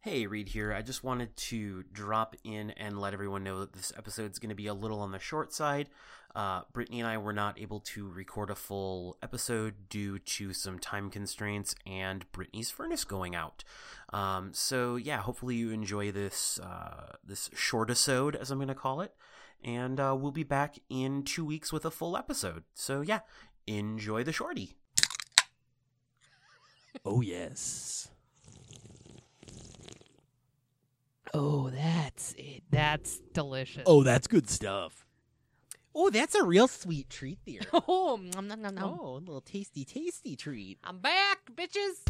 Hey, Reed here. I just wanted to drop in and let everyone know that this episode's going to be a little on the short side. Uh, Brittany and I were not able to record a full episode due to some time constraints and Brittany's furnace going out. Um, so yeah, hopefully you enjoy this uh, this short episode, as I'm going to call it, and uh, we'll be back in two weeks with a full episode. So yeah, enjoy the shorty. Oh yes. Oh, that's it. That's delicious. Oh, that's good stuff. Oh, that's a real sweet treat there. Oh, nom, nom, nom, nom. Oh, a little tasty, tasty treat. I'm back, bitches.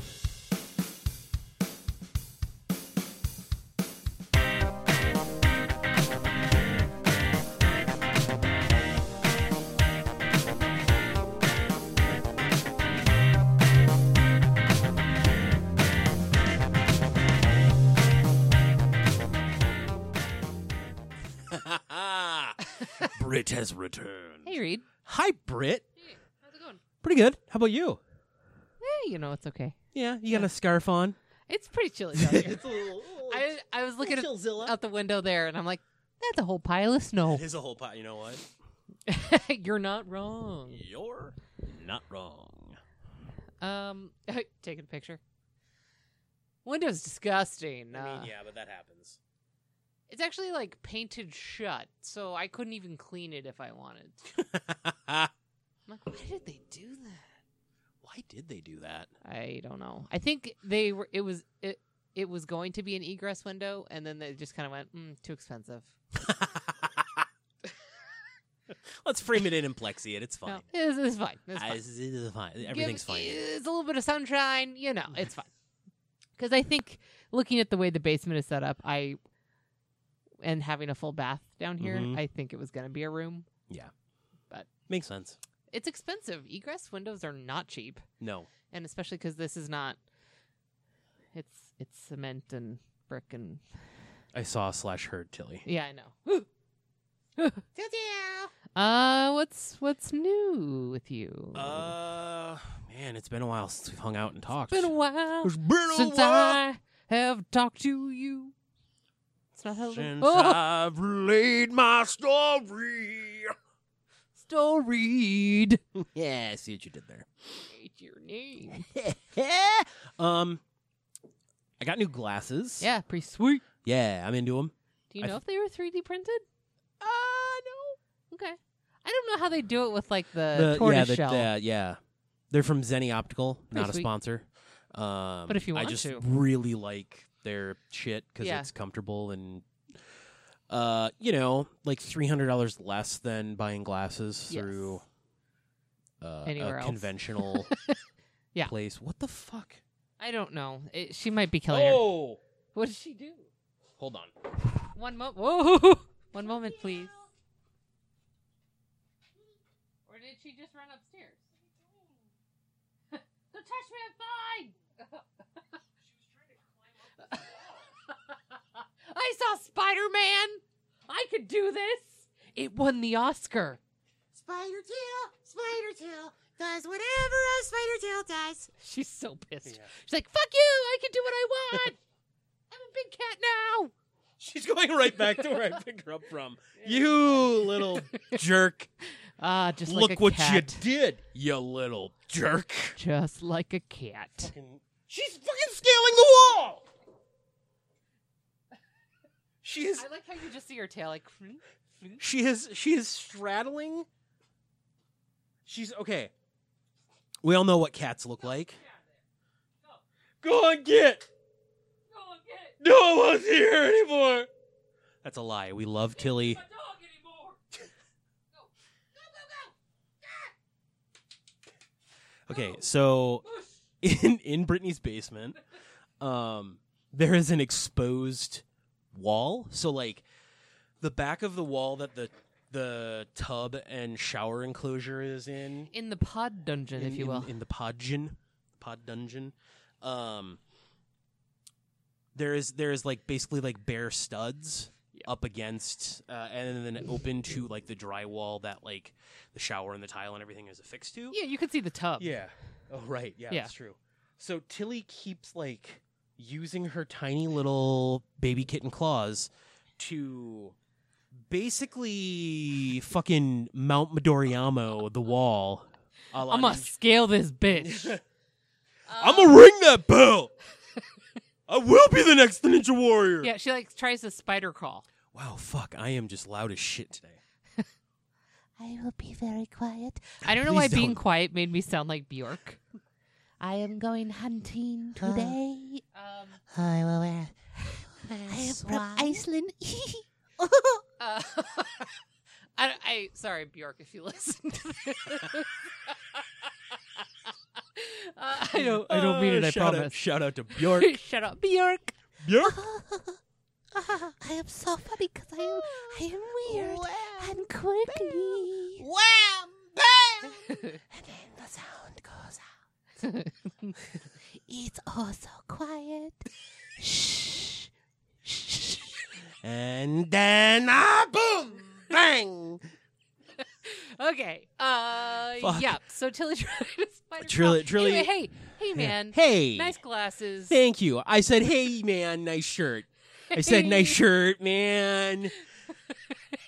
Brit has returned. Hey, Reed. Hi, Britt. Hey, how's it going? Pretty good. How about you? Hey, you know it's okay. Yeah, you got a scarf on. It's pretty chilly down here. a little. I I was looking at, Chillzilla. out the window there, and I'm like, that's a whole pile of snow. There's a whole pot. You know what? You're not wrong. You're not wrong. Um, taking a picture. Window's disgusting. Uh, yeah, but that happens. It's actually like painted shut, so I couldn't even clean it if I wanted. I'm like, why did they do that? Why did they do that? I don't know. I think they were. It was it. It was going to be an egress window, and then they just kind of went mm, too expensive. Let's frame it in and plexi it. It's No, fine. it's, it's fine. It's I- fine. it's- it's fine. Give- Everything's fine. It's a little bit of sunshine, you know. It's fine. Because I think looking at the way the basement is set up, I and having a full bath down here, Mhm. I think it was going to be a room. Makes sense. It's expensive. Egress windows are not cheap. No. and especially because this is not it's it's cement and brick and I saw slash heard Tilly. yeah i know uh what's what's new with you Uh, man, it's been a while since we've hung out and talked. been a while It's been a since while i have talked to you it's not how since oh, I've relayed my story. story Yeah, I see what you did there. Hate your name um, I got new glasses. yeah pretty sweet yeah, I'm into them. do you I know th- if they were 3d printed Uh, no. okay i don't know how they do it with like the, yeah, tortoise the- shell the- yeah, they're from Zenny Optical, Pretty not sweet. a sponsor. Um, But if you I want just to. really like their shit because Yeah. it's comfortable and. Uh, you know, like three hundred dollars less than buying glasses Yes. through uh, Anywhere a else. conventional Yeah. place. What the fuck? i don't know it, she might be killing her Oh, what did she do hold on. One moment. Whoa! One moment, please. Or did she just run upstairs? Don't touch me! I'm fine. I saw Spider Man. I could do this. It won the Oscar. Spider Tail, Spider Tail does whatever a Spider Tail does. She's so pissed. Yeah. She's like, "Fuck you! I can do what I want. I'm a big cat now." She's going right back to where I picked her up from. You little jerk. Ah, just Look like a what cat. you did, you little jerk. Just like a cat. She's fucking scaling the wall. She is I like how you just see her tail, like. "Hmm?" she is she is straddling. She's okay. We all know what cats look like. Go and get. No one wants to hear it anymore. That's a lie. We love Tilly. Okay, so in in Brittany's basement, um, there is an exposed wall. So like the back of the wall that the the tub and shower enclosure is in, In the pod dungeon, in, if you in- will. in the podgeon, pod dungeon. Um, there is there is like basically like bare studs up against, uh, and then open to like the drywall that like the shower and the tile and everything is affixed to. yeah, you can see the tub. Yeah. Oh right. Yeah, Yeah. that's true. So Tilly keeps like using her tiny little baby kitten claws to basically fucking Mount Midoriyamo the wall. a la I'm gonna Ninja- scale this bitch. Um, I'm gonna ring that bell. I will be the next Ninja Warrior. Yeah, she like tries to spider crawl. Wow, fuck! I am just loud as shit today. I will be very quiet. I don't know Please why being don't. quiet made me sound like Bjork. I am going hunting Huh. today. Um, I will wear. uh, I am from Iceland. uh, I, I sorry Bjork if you listen to this. Uh, I don't. I don't mean Uh, it. I shout Out, promise. shout out to Bjork. Shut up, Bjork. Bjork. I am so funny because I am, I am weird and quirky. And then the sound goes out. It's also quiet. Shh. Shh. And then ah, boom, bang. okay. Uh. Fuck. Yeah. So Tilly tried to spider Trilly- crawl. Trilly- Anyway, hey, hey, man. Hey. Nice glasses. Thank you. I said, "Hey, man, nice shirt." I said, "Nice shirt, man."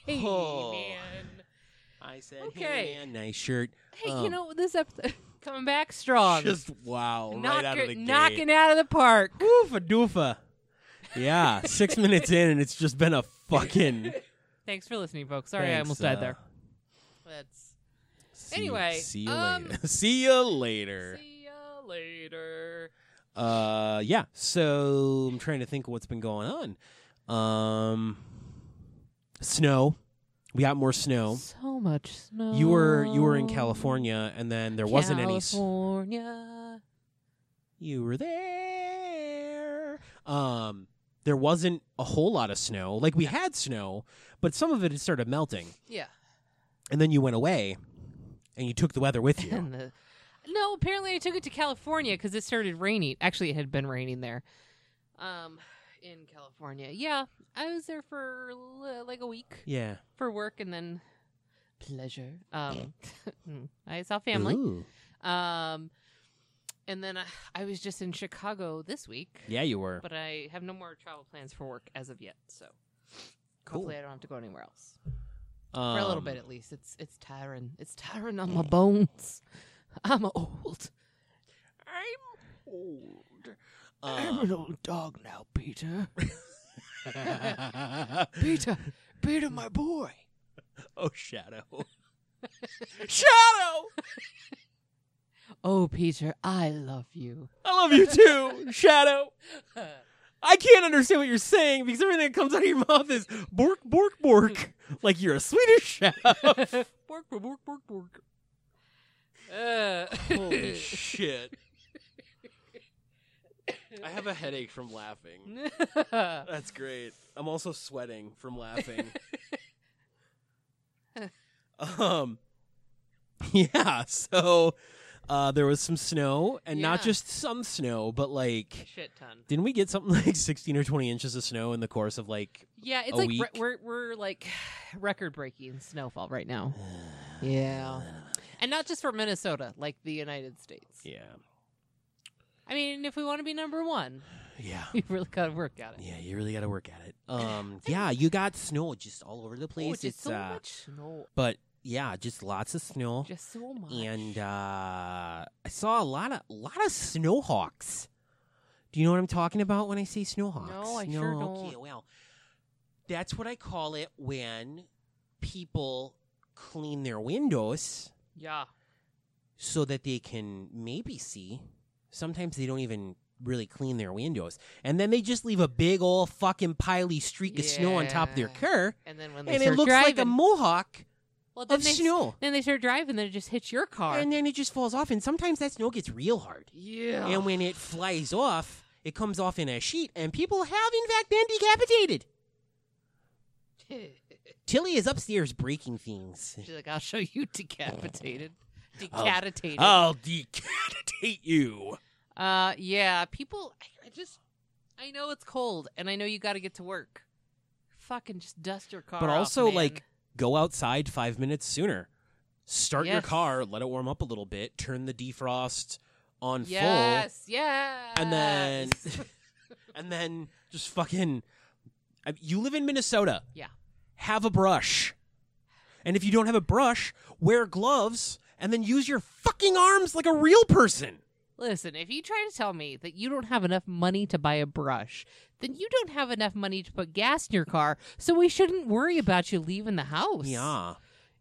Hey, Oh. man. I said, Okay. "Hey, man, nice shirt." Hey, you Um, know this episode coming back strong. Just wow, right Knock- out of the Oh, knocking gate. out of the park. Oofa doofa. Yeah, six minutes in, and it's just been a fucking. Thanks for listening, folks. Sorry, I Thanks, almost uh, died there. That's. see- Anyway, see you um, later. see you later. See ya later. Uh, yeah. So I'm trying to think of what's been going on. Um, snow. We got more snow. So much snow. You were you were in California, and then there wasn't any. s- California. You were there. Um, there wasn't a whole lot of snow. Like we had snow, but some of it had started melting, Yeah. and then you went away, and you took the weather with you. And the- no, apparently I took it to California because it started raining. Actually, it had been raining there. Um, in California. Yeah, I was there for li- like a week yeah. for work and then pleasure. Um, I saw family. Ooh. Um, and then I, I was just in Chicago this week. Yeah, you were. But I have no more travel plans for work as of yet. So Cool. hopefully I don't have to go anywhere else. for a little Um, eh. bit at least. It's it's tiring. It's tiring on my bones. I'm old. I'm old. um, old dog now, Peter. Peter. Peter, my boy. oh, shadow. Shadow! Oh, Peter, I love you. I love you too, shadow. I can't understand what you're saying because everything that comes out of your mouth is bork, bork, bork, like you're a Swedish chef. Bork, bork, bork, bork, bork. Uh, Holy shit. I have a headache from laughing. That's great. I'm also sweating from laughing. um yeah, so uh there was some snow and not Yeah. just some snow, but like Shit ton. didn't we get something like 16 or 20 inches of snow in the course of like Yeah, it's A like week. re- we're we're like record breaking snowfall right now. Yeah, and not just for Minnesota, like the United States. yeah. I mean, if we want to be number one, Yeah. we really gotta work at it. Yeah, you really got to work at it. Um yeah, you got snow just all over the place. Oh, just it's so uh much snow. but yeah, just lots of snow. Just so much. and uh, I saw a lot of lot of snowhawks. Do you know what I'm talking about when I say snowhawks? No, I sure Okay, don't. well, that's what I call it when people clean their windows yeah, so that they can maybe see. Sometimes they don't even really clean their windows, and then they just leave a big old fucking piley streak of snow on top of their Yeah. car, and then when they and it start looks driving, like a mohawk well, then of they, snow. Then they start driving, then it just hits your car. And then it just falls off, and sometimes that snow gets real hard. yeah. and when it flies off, it comes off in a sheet, and people have in fact been decapitated. Tilly is upstairs breaking things. She's like, "I'll show you decapitated, Oh. decapitated." I'll decapitate you. Uh, yeah. People, I, I just, I know it's cold, and I know you got to get to work. Fucking just dust your car. But off, also, man. like, go outside five minutes sooner. Start your Yes. car, let it warm up a little bit, turn the defrost on yes, yes, full, and then and then just fucking. I- You live in Minnesota. Yeah. Have a brush. And if you don't have a brush, wear gloves and then use your fucking arms like a real person. Listen, if you try to tell me that you don't have enough money to buy a brush, then you don't have enough money to put gas in your car, so we shouldn't worry about you leaving the house. Yeah.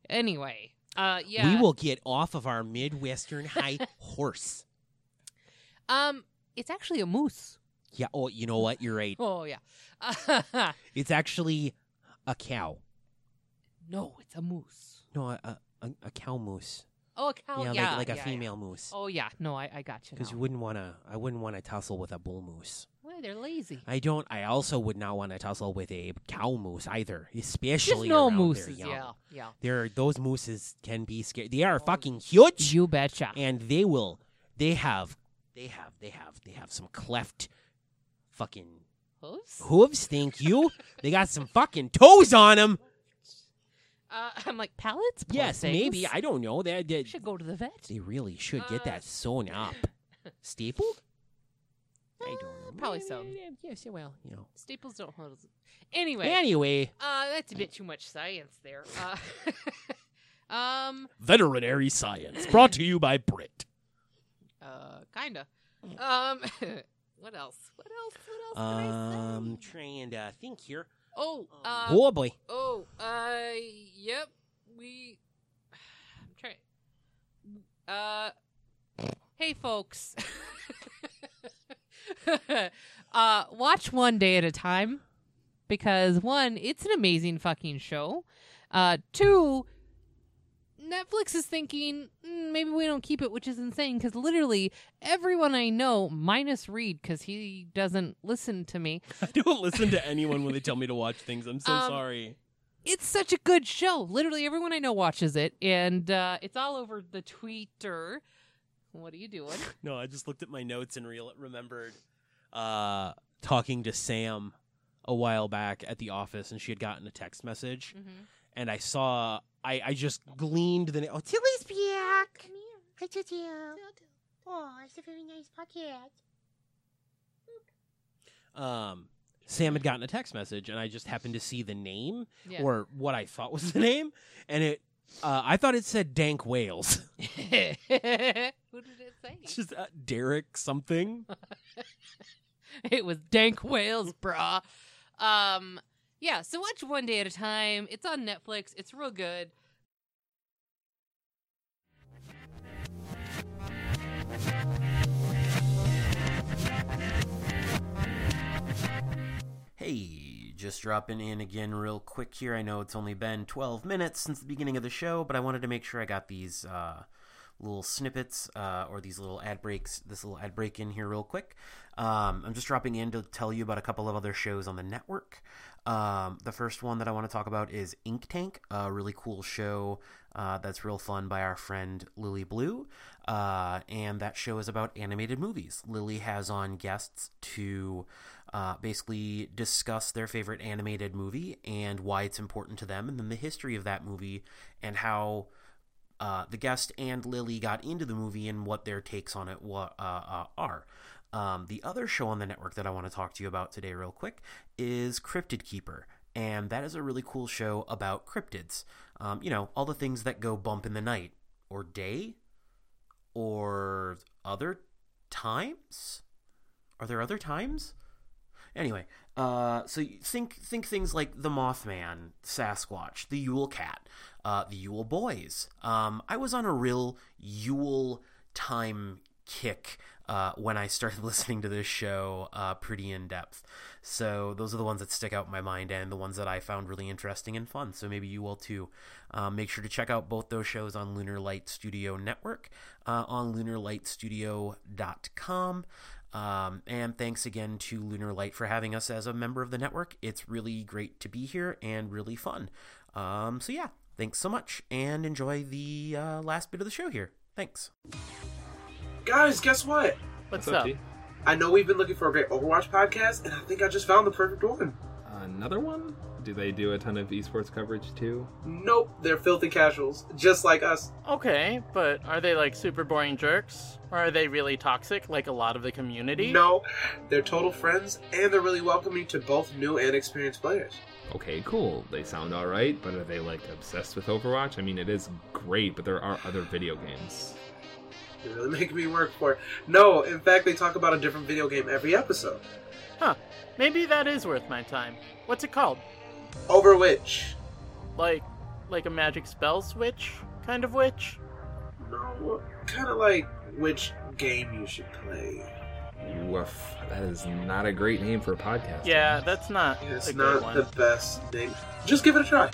Anyway, uh, yeah. We will get off of our Midwestern high horse. Um, it's actually a moose. Yeah. Oh, you know what? You're right. Oh yeah. It's actually a cow. no, it's a moose. No, a, a, a cow moose. Oh, a cow. Yeah, yeah, like, like a yeah, yeah. female moose. Oh yeah. No, I, I got you. Because you now. wouldn't want to. I wouldn't want to tussle with a bull moose. Why they're lazy? I don't. I also would not want to tussle with a cow moose either, Just especially no around mooses. Their young. Yeah, yeah. They're- those mooses can be scary. They are fucking huge, You betcha. and they will. They have. They have. They have. They have some cleft, fucking Hooves? hooves. Thank you. they got some fucking toes on them. Uh, I'm like pallets. Poor Yes, maybe. things. I don't know. They, they, should go to the vet. they really should get Uh, that sewn up. Stapled? I don't know. probably Yeah, so. yeah, yeah, Yes, yeah, well, you know. Staples don't hold. Anyway, Anyway, uh, that's a bit too much science there. Uh, um, veterinary science brought to you by Brit. uh, kinda. Um, what else? What else? What else did I say? Um, trying to think here. Oh, Um, uh, oh boy, oh, uh, yep. We. I'm trying. Uh, hey, folks. uh, watch one day at a time because one, it's an amazing fucking show. Uh, two, Netflix is thinking "Mm, maybe we don't keep it, which is insane because literally everyone I know, minus Reed, because he doesn't listen to me, I don't listen to anyone when they tell me to watch things. I'm so Um, sorry. it's such a good show. Literally, everyone I know watches it, and uh, it's all over the Twitter. What are you doing? No, I just looked at my notes and real remembered uh, talking to Sam a while back at the office, and she had gotten a text message, Mm-hmm. and I saw. I, I just gleaned the name. Oh, Tilly's back. Come here. Ah, Hi, Tatiana. Dodo. Oh, it's a very nice pocket. Um, Sam had gotten a text message, and I just happened to see the name Yeah. or what I thought was the name, and it. Uh, I thought it said Dank Wales. Who did it It's say? just uh, Derek something. It was Dank Whales, brah. Um, yeah. So watch one day at a time. It's on Netflix. It's real good. Hey, just dropping in again real quick here. I know it's only been 12 minutes since the beginning of the show, but I wanted to make sure I got these uh, little snippets uh, or these little ad breaks, this little ad break in here real quick. Um, I'm just dropping in to tell you about a couple of other shows on the network. Um, the first one that I want to talk about is Ink Tank, a really cool show uh, that's real fun by our friend Lily Blue. Uh, and that show is about animated movies. Lily has on guests to uh, basically discuss their favorite animated movie and why it's important to them, and then the history of that movie and how uh, the guest and Lily got into the movie and what their takes on it wa- uh, uh, are. Um, the other show on the network that I want to talk to you about today, real quick, is Cryptid Keeper. And that is a really cool show about cryptids. Um, you know, all the things that go bump in the night or day or other times. Are there other times? Anyway, uh, so you think think things like the Mothman, Sasquatch, the Yule Cat, uh, the Yule Boys. Um, I was on a real Yule time kick uh, when I started listening to this show uh, pretty in depth. So those are the ones that stick out in my mind and the ones that I found really interesting and fun. So maybe you will too. Um, make sure to check out both those shows on Lunar Light Studio Network uh, on lunarlightstudio.com. Um, and thanks again to Lunar Light for having us as a member of the network. It's really great to be here and really fun. Um, so, yeah, thanks so much and enjoy the uh, last bit of the show here. Thanks. Guys, guess what? What's, up, up? G? I know we've been looking for a great Overwatch podcast, and I think I just found the perfect one. another one? Do they do a ton of esports coverage too? Nope, they're filthy casuals, just like us. Okay, but are they like super boring jerks? Or are they really toxic like a lot of the community? No, they're total friends, and they're really welcoming to both new and experienced players. Okay, cool. They sound all right, but are they like obsessed with Overwatch? I mean, it is great, but there are other video games. They really make me work for it. No, in fact, they talk about a different video game every episode. Maybe that is worth my time. What's it called? Overwitch. Like like a magic spell switch kind of witch? No, kind of like which game you should play. Woof, that is not a great name for a podcast. Yeah, that's not It's a good not one. the best thing. Just give it a try.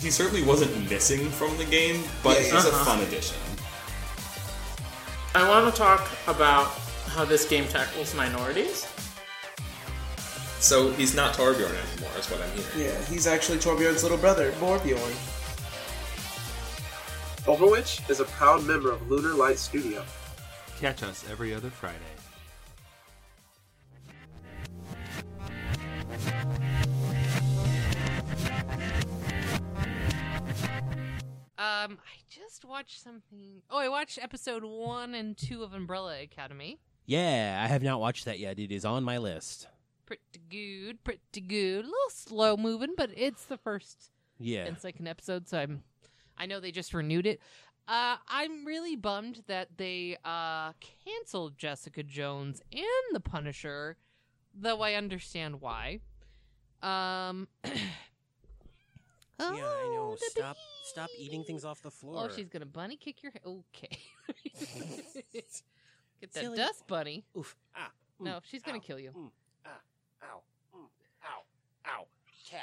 He certainly wasn't missing from the game, but Yeah, it's yeah. Uh-huh. a fun addition. I want to talk about how this game tackles minorities. So he's not Torbjorn anymore, is what I'm hearing. Yeah, he's actually Torbjorn's little brother, Borbjorn. Overwitch is a proud member of Lunar Light Studio. Catch us every other Friday. Um, I just watched something. Oh, I watched episode one and two of Umbrella Academy. Yeah, I have not watched that yet. It is on my list. Pretty good, pretty good. A little slow moving, but it's the first Yeah. and second episode, so I'm. I know they just renewed it. Uh, I'm really bummed that they uh canceled Jessica Jones and The Punisher, though I understand why. Um. Yeah, I know. Oh, the Stop stop eating things off the floor. Oh, she's gonna bunny kick your. he- Okay. Get that Silly. dust bunny. Oof. Ah. mm, No, she's gonna ow, kill you. mm, ah. Ow. mm, Ow. Ow. Cat.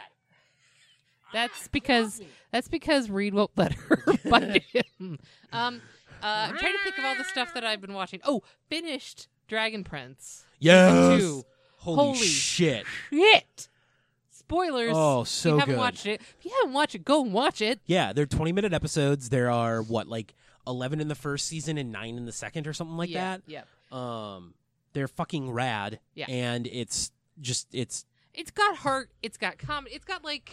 Ah, That's because that's because Reed won't let her bite him. Um, uh, I'm trying to think of all the stuff that I've been watching. Oh, finished Dragon Prince. Yes. two. Holy, Holy shit. Shit. Spoilers. Oh, If so you haven't good. watched it. If you haven't watched it, go and watch it. Yeah, they're 20 minute episodes. There are what like 11 in the first season and 9 in the second or something like yeah, Yeah. that. Um they're fucking rad Yeah. and it's just it's It's got heart. It's got comedy. It's got like.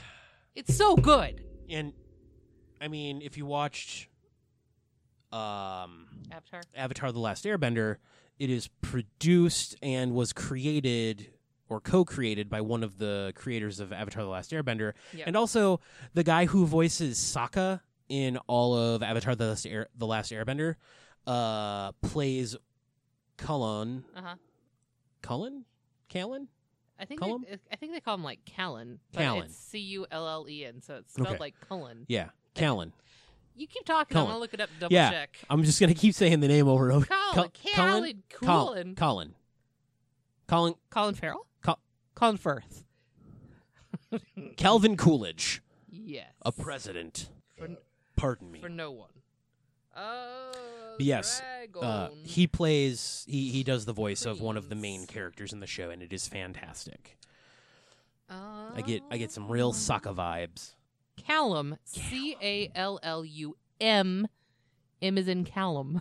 It's so good. and I mean, if you watched um Avatar. Avatar The Last Airbender, it is produced and was created or co created by one of the creators of Avatar The Last Airbender. Yep. And also the guy who voices Sokka in all of Avatar The Last, Air- the Last Airbender uh, plays Cullen. Uh huh. Cullen? Callan? I think Cullum? They, I think they call him like Callan. But Callan. It's C U L L E N, so it's spelled Okay. like Cullen. Yeah, Callan. You keep talking. I'm Cullen. gonna look it up. Double Yeah. check. I'm just going to keep saying the name over and over. Colin, Cul- Callan, Cul- Cullen, Cullen. Colin, Colin Farrell, Col- Colin Firth. Calvin Coolidge, Yes, a president. for, Pardon me. for no one. Oh, Yes, Uh, Dragon. he plays he, he does the voice of one of the Please. main characters in the show and it is fantastic. Oh. I get I get some real Um, Sokka vibes. Callum, C A L L U M, M is in Callum.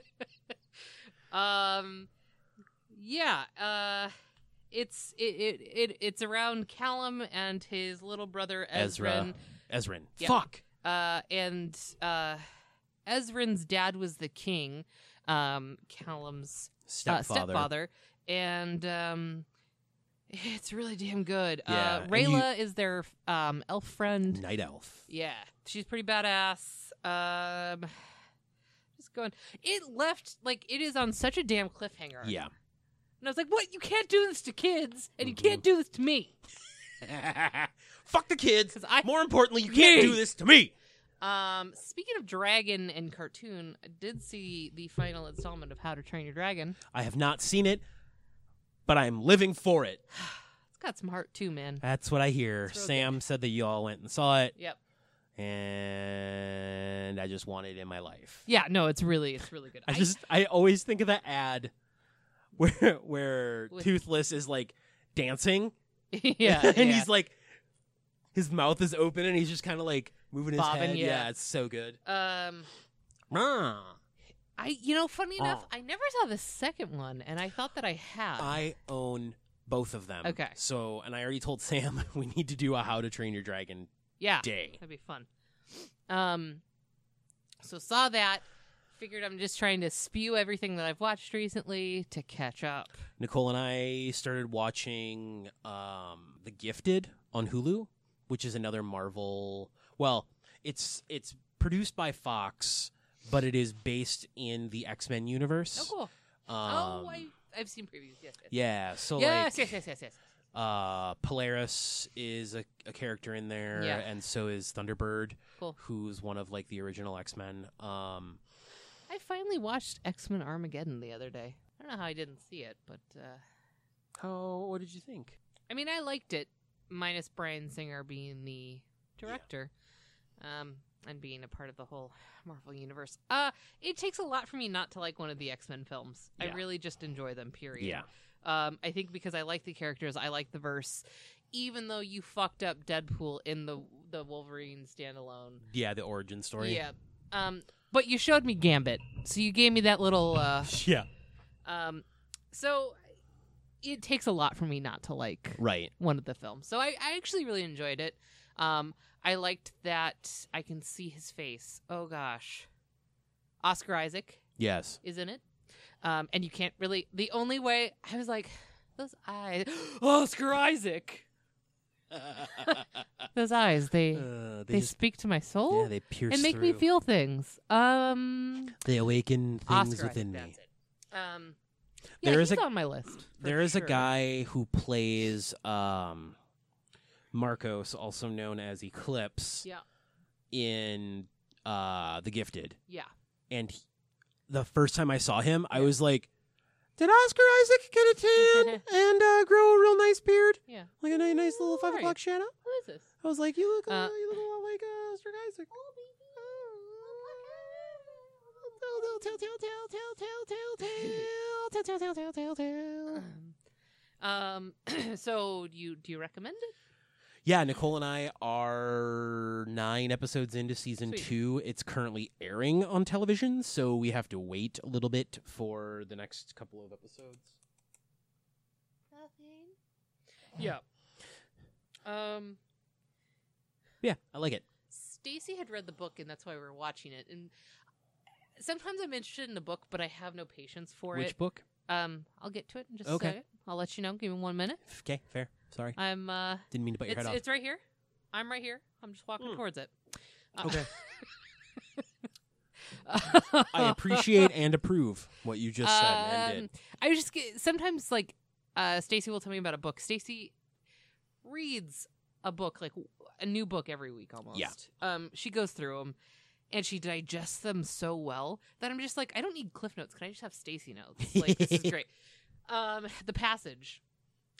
um, yeah, uh, it's it, it it it's around Callum and his little brother Ezrin. Ezra. Ezrin. Yeah. Fuck. uh, and uh, Ezrin's dad was the king, um, Callum's uh, Stepfather. stepfather, and um, it's really damn good. Yeah, uh, and Rayla is their um, elf friend. Night elf. Yeah, she's pretty badass. Um, just going. It left like it is on such a damn cliffhanger. Yeah. and I was like, "What? You can't do this to kids, and Mhm. you can't do this to me." Fuck the kids. 'Cause I- More importantly, you can't Me. do this to me. Um, speaking of dragon and cartoon, I did see the final installment of How to Train Your Dragon. I have not seen it, but I'm living for it. It's got some heart too, man. That's what I hear. It's real Sam said that you all went and saw it Yep. and I just want it in my life. Yeah. No, it's really, it's really good. I just I always think of that ad where where With- Toothless is like dancing. yeah. and yeah. he's like his mouth is open and he's just kind of like moving his Bobbing, head. yeah. it's so good. um, Mm. I, you know, funny enough, Oh. I never saw the second one, and I thought that I had. I own both of them. Okay. So, and I already told Sam we need to do a How to Train Your Dragon yeah, day. that'd be fun. Um, so saw that. Figured I'm just trying to spew everything that I've watched recently to catch up. Nicole and I started watching um, The Gifted on Hulu, which is another Marvel. Well, it's it's produced by Fox, but it is based in the X Men Oh, universe. cool. Um, oh, I, I've seen previews. Yes, yes. yeah. So like, yes, yes, yes, yes, yes. uh Polaris is a, a character in there Yeah. and so is Thunderbird Cool. who's one of like the original X-Men um I finally watched X Men Armageddon the other day. I don't know how I didn't see it, but uh, how what did you think I mean, I liked it, minus Brian Singer being the director, um, and being a part of the whole Marvel universe. Uh, it takes a lot for me not to like one of the X Men films. Yeah. I really just enjoy them. Period. Um, I think because I like the characters, I like the verse, even though you fucked up Deadpool in the the Wolverine standalone. yeah the origin story Yeah. Um, but you showed me Gambit, so you gave me that little. Uh, yeah um, so it takes a lot for me not to like right one of the films. So I, I actually really enjoyed it. Um, I liked that I can see his face. Oh gosh, Oscar Isaac yes is in it, um, and you can't really. The only way I was like, those eyes, Oscar Isaac. Those eyes, they Uh, they, speak to my soul yeah they pierce and make me through. feel things. Um, they awaken things Oscar, I within think me that's it. Um, yeah, There is he's a- on my list. There is a sure. guy who plays um Marcos, also known as Eclipse, Yeah. in uh The Gifted. Yeah. And he- the first time I saw him, I was like, "Did Oscar Isaac get a tan and uh, grow a real nice beard? Yeah. like a ni- nice little five Right. o'clock shadow?" Who is this? I was like, "You look, uh, Uh, oh you look a lot like uh, Oscar Isaac." Tell, tell, tell, tell, tell, tell, tell, tell, tell, tell, tell, tell, tell. Um, so do you do you recommend it? Yeah, Nicole and I are nine episodes into season Sweet. two. It's currently airing on television, so we have to wait a little bit for the next couple of episodes. Yeah. Um, Yeah, I like it. Stacy had read the book, and that's why we were watching it. And sometimes I'm interested in the book, but I have no patience for Which it. book? Um, I'll get to it in just Okay. a second. I'll let you know. Give me one minute. Okay, fair. Sorry, I'm. uh didn't mean to bite your It's, head off. it's right here. I'm right here. I'm just walking Mm. towards it. Uh, Okay. I appreciate and approve what you just said and Um, did. I just get sometimes like uh Stacy will tell me about a book. Stacy reads a book like w- a new book every week almost. Yeah. Um she goes through them and she digests them so well that I'm just like I don't need cliff notes. Can I just have Stacy notes? Like this is great. Um the passage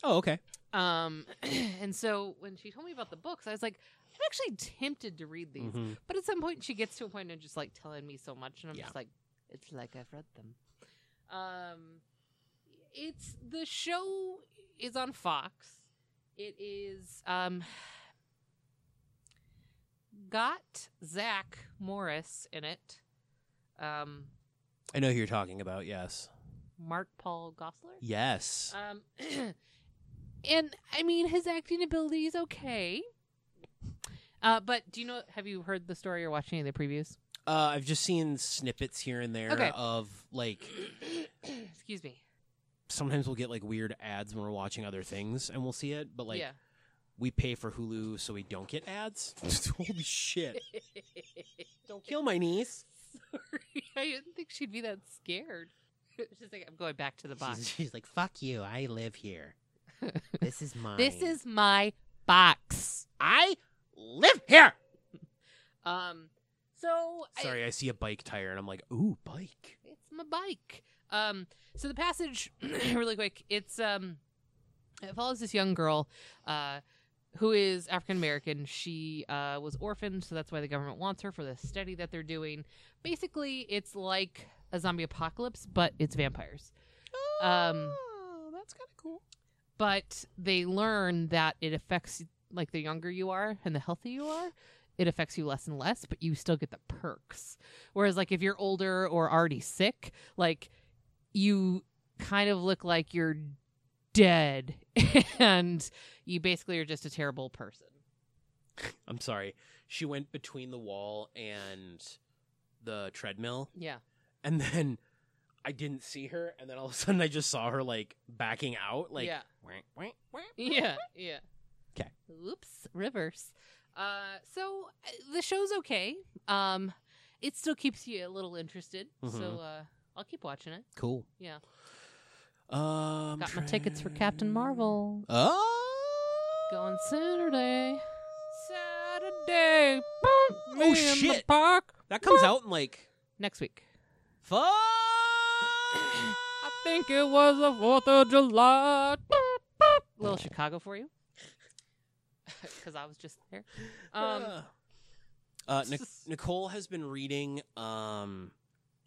Oh, okay. um, and so when she told me about the books, I was like, I'm actually tempted to read these. Mhm. But at some point, she gets to a point and just like telling me so much, and I'm Yeah. just like, it's like I've read them. Um, it's the show is on Fox. It is um got Zach Morris in it. Um, I know who you're talking about. Yes, Mark Paul Gossler. yes. Um, and I mean, his acting ability is okay. Uh, but do you know? Have you heard the story or watched any of the previews? Uh, I've just seen snippets here and there Okay. of like Excuse me. sometimes we'll get like weird ads when we're watching other things and we'll see it, but like. yeah. we pay for Hulu so we don't get ads. Holy shit. Don't kill my niece. Sorry, I didn't think she'd be that scared. She's like, I'm going back to the She's, box. she's like, fuck you. I live here. This is mine. This is my box. I live here. Um. So I- Sorry, I see a bike tire and I'm like, ooh, bike. It's my bike. Um, so the passage, really quick, it's um, it follows this young girl, uh, who is African American. She uh, was orphaned, so that's why the government wants her for the study that they're doing. Basically, it's like a zombie apocalypse, but it's vampires. Um, Oh, that's kind of cool. but they learn that it affects like the younger you are and the healthy you are, it affects you less and less, but you still get the perks. Whereas like if you're older or already sick, like you kind of look like you're dead and you basically are just a terrible person. I'm sorry. She went between the wall and the treadmill. Yeah. And then I didn't see her. And then all of a sudden I just saw her like backing out. Like, Yeah. wank, wank, wank. Yeah, yeah. 'Kay. Oops, reverse. Uh, so uh, the show's okay. Um, it still keeps you a little interested. So Mhm. uh, I'll keep watching it. Cool. Yeah. Um, Got my tickets for Captain Marvel. Oh. Going Saturday. Oh, Saturday. Boom, me in the shit. park. That comes out in like. Next week. Fuck. I think it was the 4th of July. Boop, boop. Little Chicago for you. Because I was just there. Um, uh, Nic- Nicole has been reading. Um,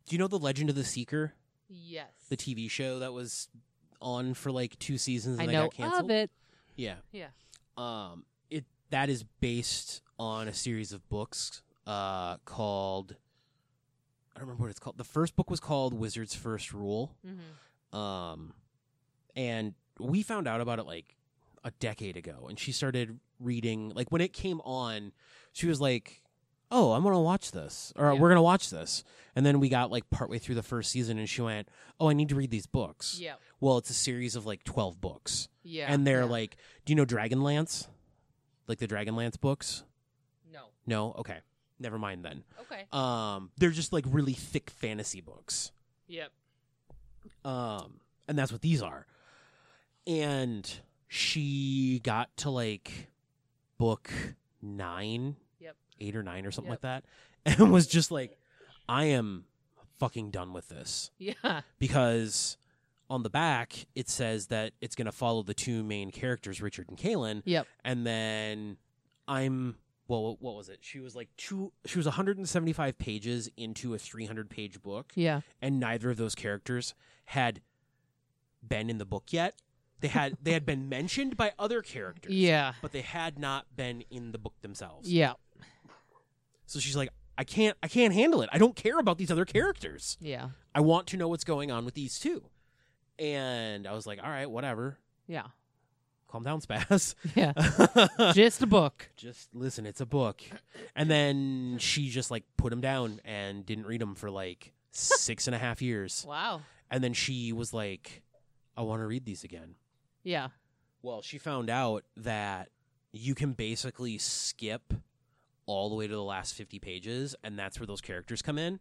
do you know the Legend of the Seeker, yes. the TV show that was on for like two seasons and I then know got canceled? of it. Yeah. Yeah. Um, it that is based on a series of books uh, called. I don't remember what it's called. The first book was called Wizard's First Rule. hmm Um, and we found out about it like a decade ago. And she started reading, like, when it came on, she was like, Oh, I'm going to watch this, or Yeah. we're going to watch this. And then we got like partway through the first season, and she went, Oh, I need to read these books. Yep. Well, it's a series of like 12 books. Yeah. and they're yeah. like, Do you know Dragonlance? Like the Dragonlance books? no. No? Okay. Never mind then. Okay. Um, they're just like really thick fantasy books. Yep. um and that's what these are and she got to like book nine Yep. eight or nine or something Yep. like that and was just like i am fucking done with this Yeah. because on the back it says that it's going to follow the two main characters richard and kaylin Yep. and then i'm well what- what was it she was like two she was 175 pages into a 300 page book Yeah. and neither of those characters had been in the book yet. They had they had been mentioned by other characters, Yeah. but they had not been in the book themselves. Yeah. So she's like, I can't I can't handle it. I don't care about these other characters. Yeah. I want to know what's going on with these two. And I was like, all right, whatever. Yeah. Calm down, Spaz. Yeah. Just a book. just listen, it's a book. And then she just like put them down and didn't read them for like six and a half years. Wow. And then she was like, I want to read these again. Yeah. Well, she found out that you can basically skip all the way to the last 50 pages, and that's where those characters come in.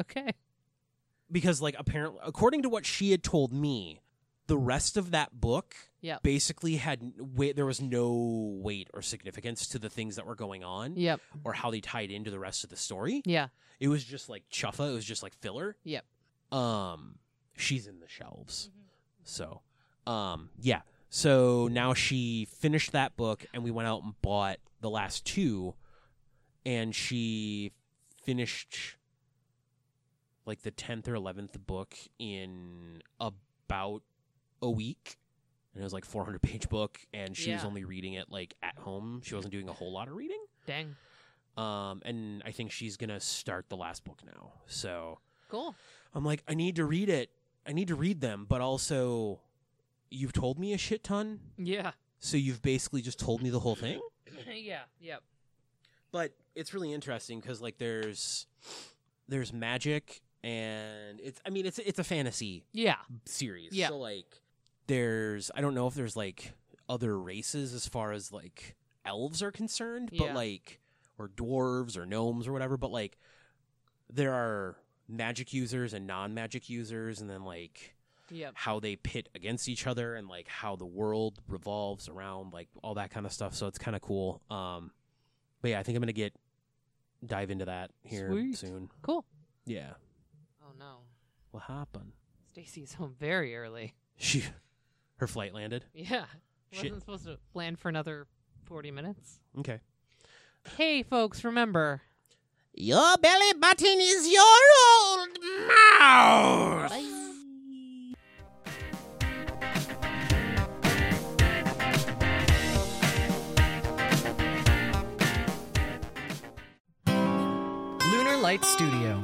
Okay. Because, like, apparently, according to what she had told me, the rest of that book Yep. basically had weight, there was no weight or significance to the things that were going on Yep. or how they tied into the rest of the story. Yeah. It was just like chuffa, it was just like filler. Yep. um she's in the shelves so um yeah so now she finished that book and we went out and bought the last two and she finished like the 10th or 11th book in about a week and it was like 400 page book and she was Yeah. only reading it like at home she wasn't doing a whole lot of reading Dang. um and i think she's gonna start the last book now so Cool. I'm like, I need to read it. I need to read them, but also, you've told me a shit ton, Yeah. so you've basically just told me the whole thing. yeah. Yep. But it's really interesting because like there's there's magic, and it's I mean it's it's a fantasy Yeah. series, Yeah. So like there's I don't know if there's like other races as far as like elves are concerned, Yeah. but like or dwarves or gnomes or whatever, but like there are magic users and non-magic users and then like Yep. how they pit against each other and like how the world revolves around like all that kind of stuff. So it's kind of cool. Um, but yeah, I think I'm gonna get dive into that here Sweet. soon. Cool. Yeah, Oh no. what happened? Stacy's home very early. She, her flight landed. Yeah. Shit. Wasn't supposed to land for another 40 minutes. Okay. Hey, folks, remember. Your belly button is your old mouth. Light Studio.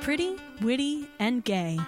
Pretty, witty, and gay.